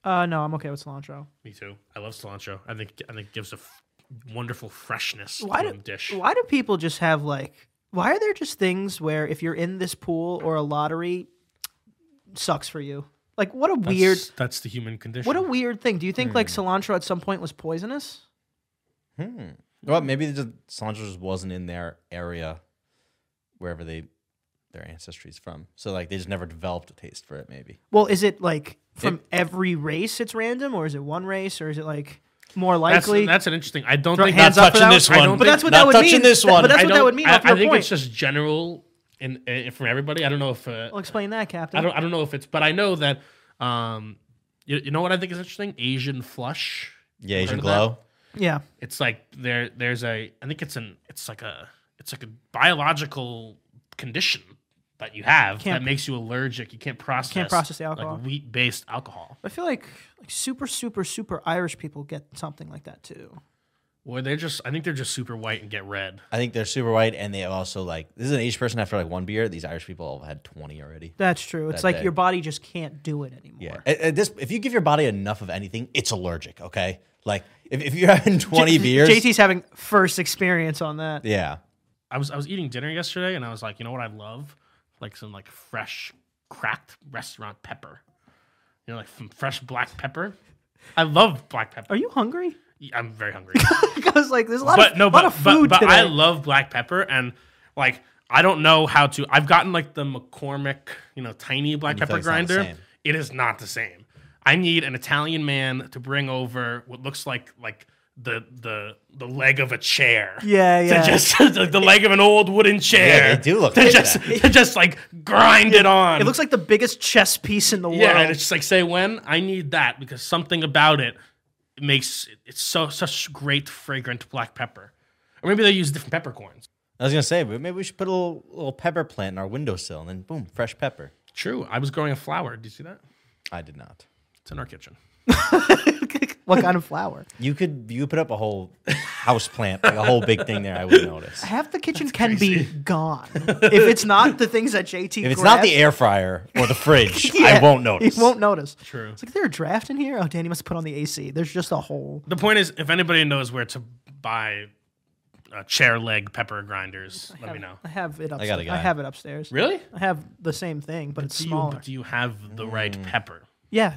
[SPEAKER 3] Uh, no, I'm okay with cilantro.
[SPEAKER 1] Me too. I love cilantro. I think I think it gives a f- wonderful freshness
[SPEAKER 3] Why
[SPEAKER 1] to
[SPEAKER 3] do
[SPEAKER 1] a dish.
[SPEAKER 3] why do people just have like? Why are there just things where if you're in this pool or a lottery, sucks for you? Like what a weird
[SPEAKER 1] That's, Hmm. that's the human condition.
[SPEAKER 3] what a weird thing. Do you think like cilantro at some point was poisonous?
[SPEAKER 2] Well, maybe the cilantro just wasn't in their area, wherever they their ancestry's from. So like they just never developed a taste for it. Maybe
[SPEAKER 3] Well, is it like from every race it's random, or is it one race, or is it like more
[SPEAKER 1] that's,
[SPEAKER 3] likely?
[SPEAKER 1] that's an interesting. I don't
[SPEAKER 3] Throw
[SPEAKER 1] think
[SPEAKER 3] hands
[SPEAKER 1] that's
[SPEAKER 3] up for
[SPEAKER 5] touching
[SPEAKER 3] that
[SPEAKER 5] this
[SPEAKER 1] one. I
[SPEAKER 5] one.
[SPEAKER 1] don't
[SPEAKER 3] but
[SPEAKER 1] think-
[SPEAKER 3] that's what that would
[SPEAKER 2] touching
[SPEAKER 3] mean.
[SPEAKER 2] this
[SPEAKER 3] Th-
[SPEAKER 2] one.
[SPEAKER 3] But that's
[SPEAKER 1] I
[SPEAKER 3] what
[SPEAKER 1] don't-
[SPEAKER 3] that would mean.
[SPEAKER 1] I,
[SPEAKER 3] off your
[SPEAKER 1] I think
[SPEAKER 3] point.
[SPEAKER 1] it's just general in, in, for everybody. I don't know if uh,
[SPEAKER 3] I'll explain that, Captain.
[SPEAKER 1] I don't I don't know if it's, but I know that um, you, you know what I think is interesting? Asian flush.
[SPEAKER 2] yeah,
[SPEAKER 1] Heard
[SPEAKER 2] Asian
[SPEAKER 1] of that?
[SPEAKER 2] glow.
[SPEAKER 3] yeah,
[SPEAKER 1] it's like there there's a i think it's an it's like a it's like a biological condition that you have
[SPEAKER 3] Can't-
[SPEAKER 1] that makes you allergic you can't process
[SPEAKER 3] process the alcohol.
[SPEAKER 1] like wheat based alcohol
[SPEAKER 3] I feel like like super, super, super Irish people get something like that too.
[SPEAKER 1] or they're just i think they're just super white and get red
[SPEAKER 2] I think they're super white, and they also like this is an Asian person after like one beer. These Irish people have had twenty already.
[SPEAKER 3] That's true. It's
[SPEAKER 2] That
[SPEAKER 3] like
[SPEAKER 2] day.
[SPEAKER 3] your body just can't do it anymore.
[SPEAKER 2] Yeah, at, at this if you give your body enough of anything, it's allergic. Okay, like if, if you're having twenty beers,
[SPEAKER 3] JT's having first experience on that.
[SPEAKER 2] yeah,
[SPEAKER 1] i was i was eating dinner yesterday and i was like you know what i love like some like fresh cracked restaurant pepper you know like some fresh black pepper i love black pepper
[SPEAKER 3] Are you hungry?
[SPEAKER 1] i'm very hungry
[SPEAKER 3] I was like, there's a lot
[SPEAKER 1] but
[SPEAKER 3] of
[SPEAKER 1] no,
[SPEAKER 3] lot
[SPEAKER 1] but,
[SPEAKER 3] of food
[SPEAKER 1] but, but
[SPEAKER 3] today.
[SPEAKER 1] I love black pepper and like I don't know how to. I've gotten like the McCormick, you know, tiny black
[SPEAKER 2] You
[SPEAKER 1] pepper
[SPEAKER 2] feel it's not the
[SPEAKER 1] grinder.
[SPEAKER 2] same.
[SPEAKER 1] It is not the same. I need an Italian man to bring over what looks like like the the the leg of a chair.
[SPEAKER 3] Yeah, yeah.
[SPEAKER 1] To just like the leg of an old wooden chair.
[SPEAKER 2] Yeah, they do look
[SPEAKER 1] To
[SPEAKER 2] like
[SPEAKER 1] just to just like grind it, on.
[SPEAKER 3] it looks like the biggest chess piece in the
[SPEAKER 1] Yeah, and
[SPEAKER 3] world.
[SPEAKER 1] it's just like say when I need that because something about it makes it's so such great fragrant black pepper, or maybe they use different peppercorns.
[SPEAKER 2] I was gonna say but maybe we should put a little, little pepper plant in our windowsill, and then boom, fresh pepper.
[SPEAKER 1] True, I was growing a flower. Do you see that?
[SPEAKER 2] I did not.
[SPEAKER 1] It's in our kitchen.
[SPEAKER 3] what kind of flower?
[SPEAKER 2] You could you could put up a whole house plant, like a whole big thing there. I would notice.
[SPEAKER 3] Half the kitchen can be gone if it's not the things that JT.
[SPEAKER 2] If it's not the air fryer or the fridge, I won't notice.
[SPEAKER 3] You won't notice.
[SPEAKER 1] True.
[SPEAKER 3] It's like is there a draft in here. Oh, Danny must put on the AC. There's just a hole.
[SPEAKER 1] The point is, if anybody knows where to buy uh, chair leg pepper grinders, let me know.
[SPEAKER 3] I have it. Upstairs. I
[SPEAKER 2] got a guy.
[SPEAKER 3] have it upstairs.
[SPEAKER 1] Really?
[SPEAKER 3] I have the same thing, but it's
[SPEAKER 1] Do you,
[SPEAKER 3] smaller.
[SPEAKER 1] do you have the right pepper?
[SPEAKER 3] yeah.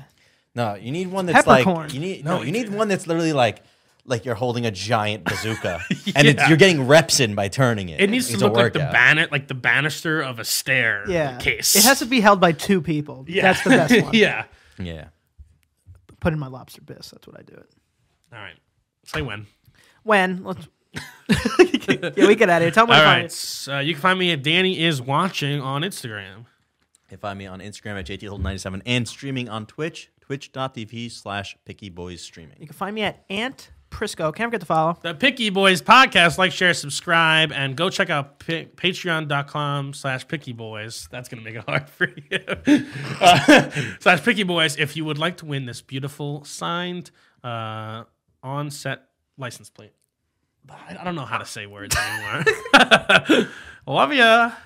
[SPEAKER 2] No, you need one that's like
[SPEAKER 3] Peppercorn.
[SPEAKER 2] you need no, you need one that's literally like like you're holding a giant bazooka and it's, you're getting reps in by turning it.
[SPEAKER 1] It needs
[SPEAKER 2] It's
[SPEAKER 1] to
[SPEAKER 2] a
[SPEAKER 1] look like the
[SPEAKER 2] workout.
[SPEAKER 1] banet, like the banister of a stair
[SPEAKER 3] Yeah.
[SPEAKER 1] case.
[SPEAKER 3] It has to be held by two people.
[SPEAKER 1] Yeah.
[SPEAKER 3] That's the best one.
[SPEAKER 1] yeah.
[SPEAKER 2] Yeah.
[SPEAKER 3] Put in my lobster bisque. That's what I do it.
[SPEAKER 1] All right. Say when.
[SPEAKER 3] When? Let's. yeah, we get out of here. Tell me
[SPEAKER 1] All
[SPEAKER 3] to find
[SPEAKER 1] right.
[SPEAKER 3] it.
[SPEAKER 1] s- uh, you can find me at Danny is watching on Instagram.
[SPEAKER 2] You can find me on Instagram at JTHold97 and streaming on Twitch, twitch.tv slash picky boys
[SPEAKER 3] You
[SPEAKER 2] streaming.
[SPEAKER 3] can find me at Ant Prisco. Can't forget to follow.
[SPEAKER 1] The Picky Boys podcast. Like, share, subscribe, and go check out pi- patreon.com slash picky boys. That's going to make it hard for you. Uh, slash picky boys if you would like to win this beautiful signed uh, on set license plate. I I don't know how to say words anymore. Love ya.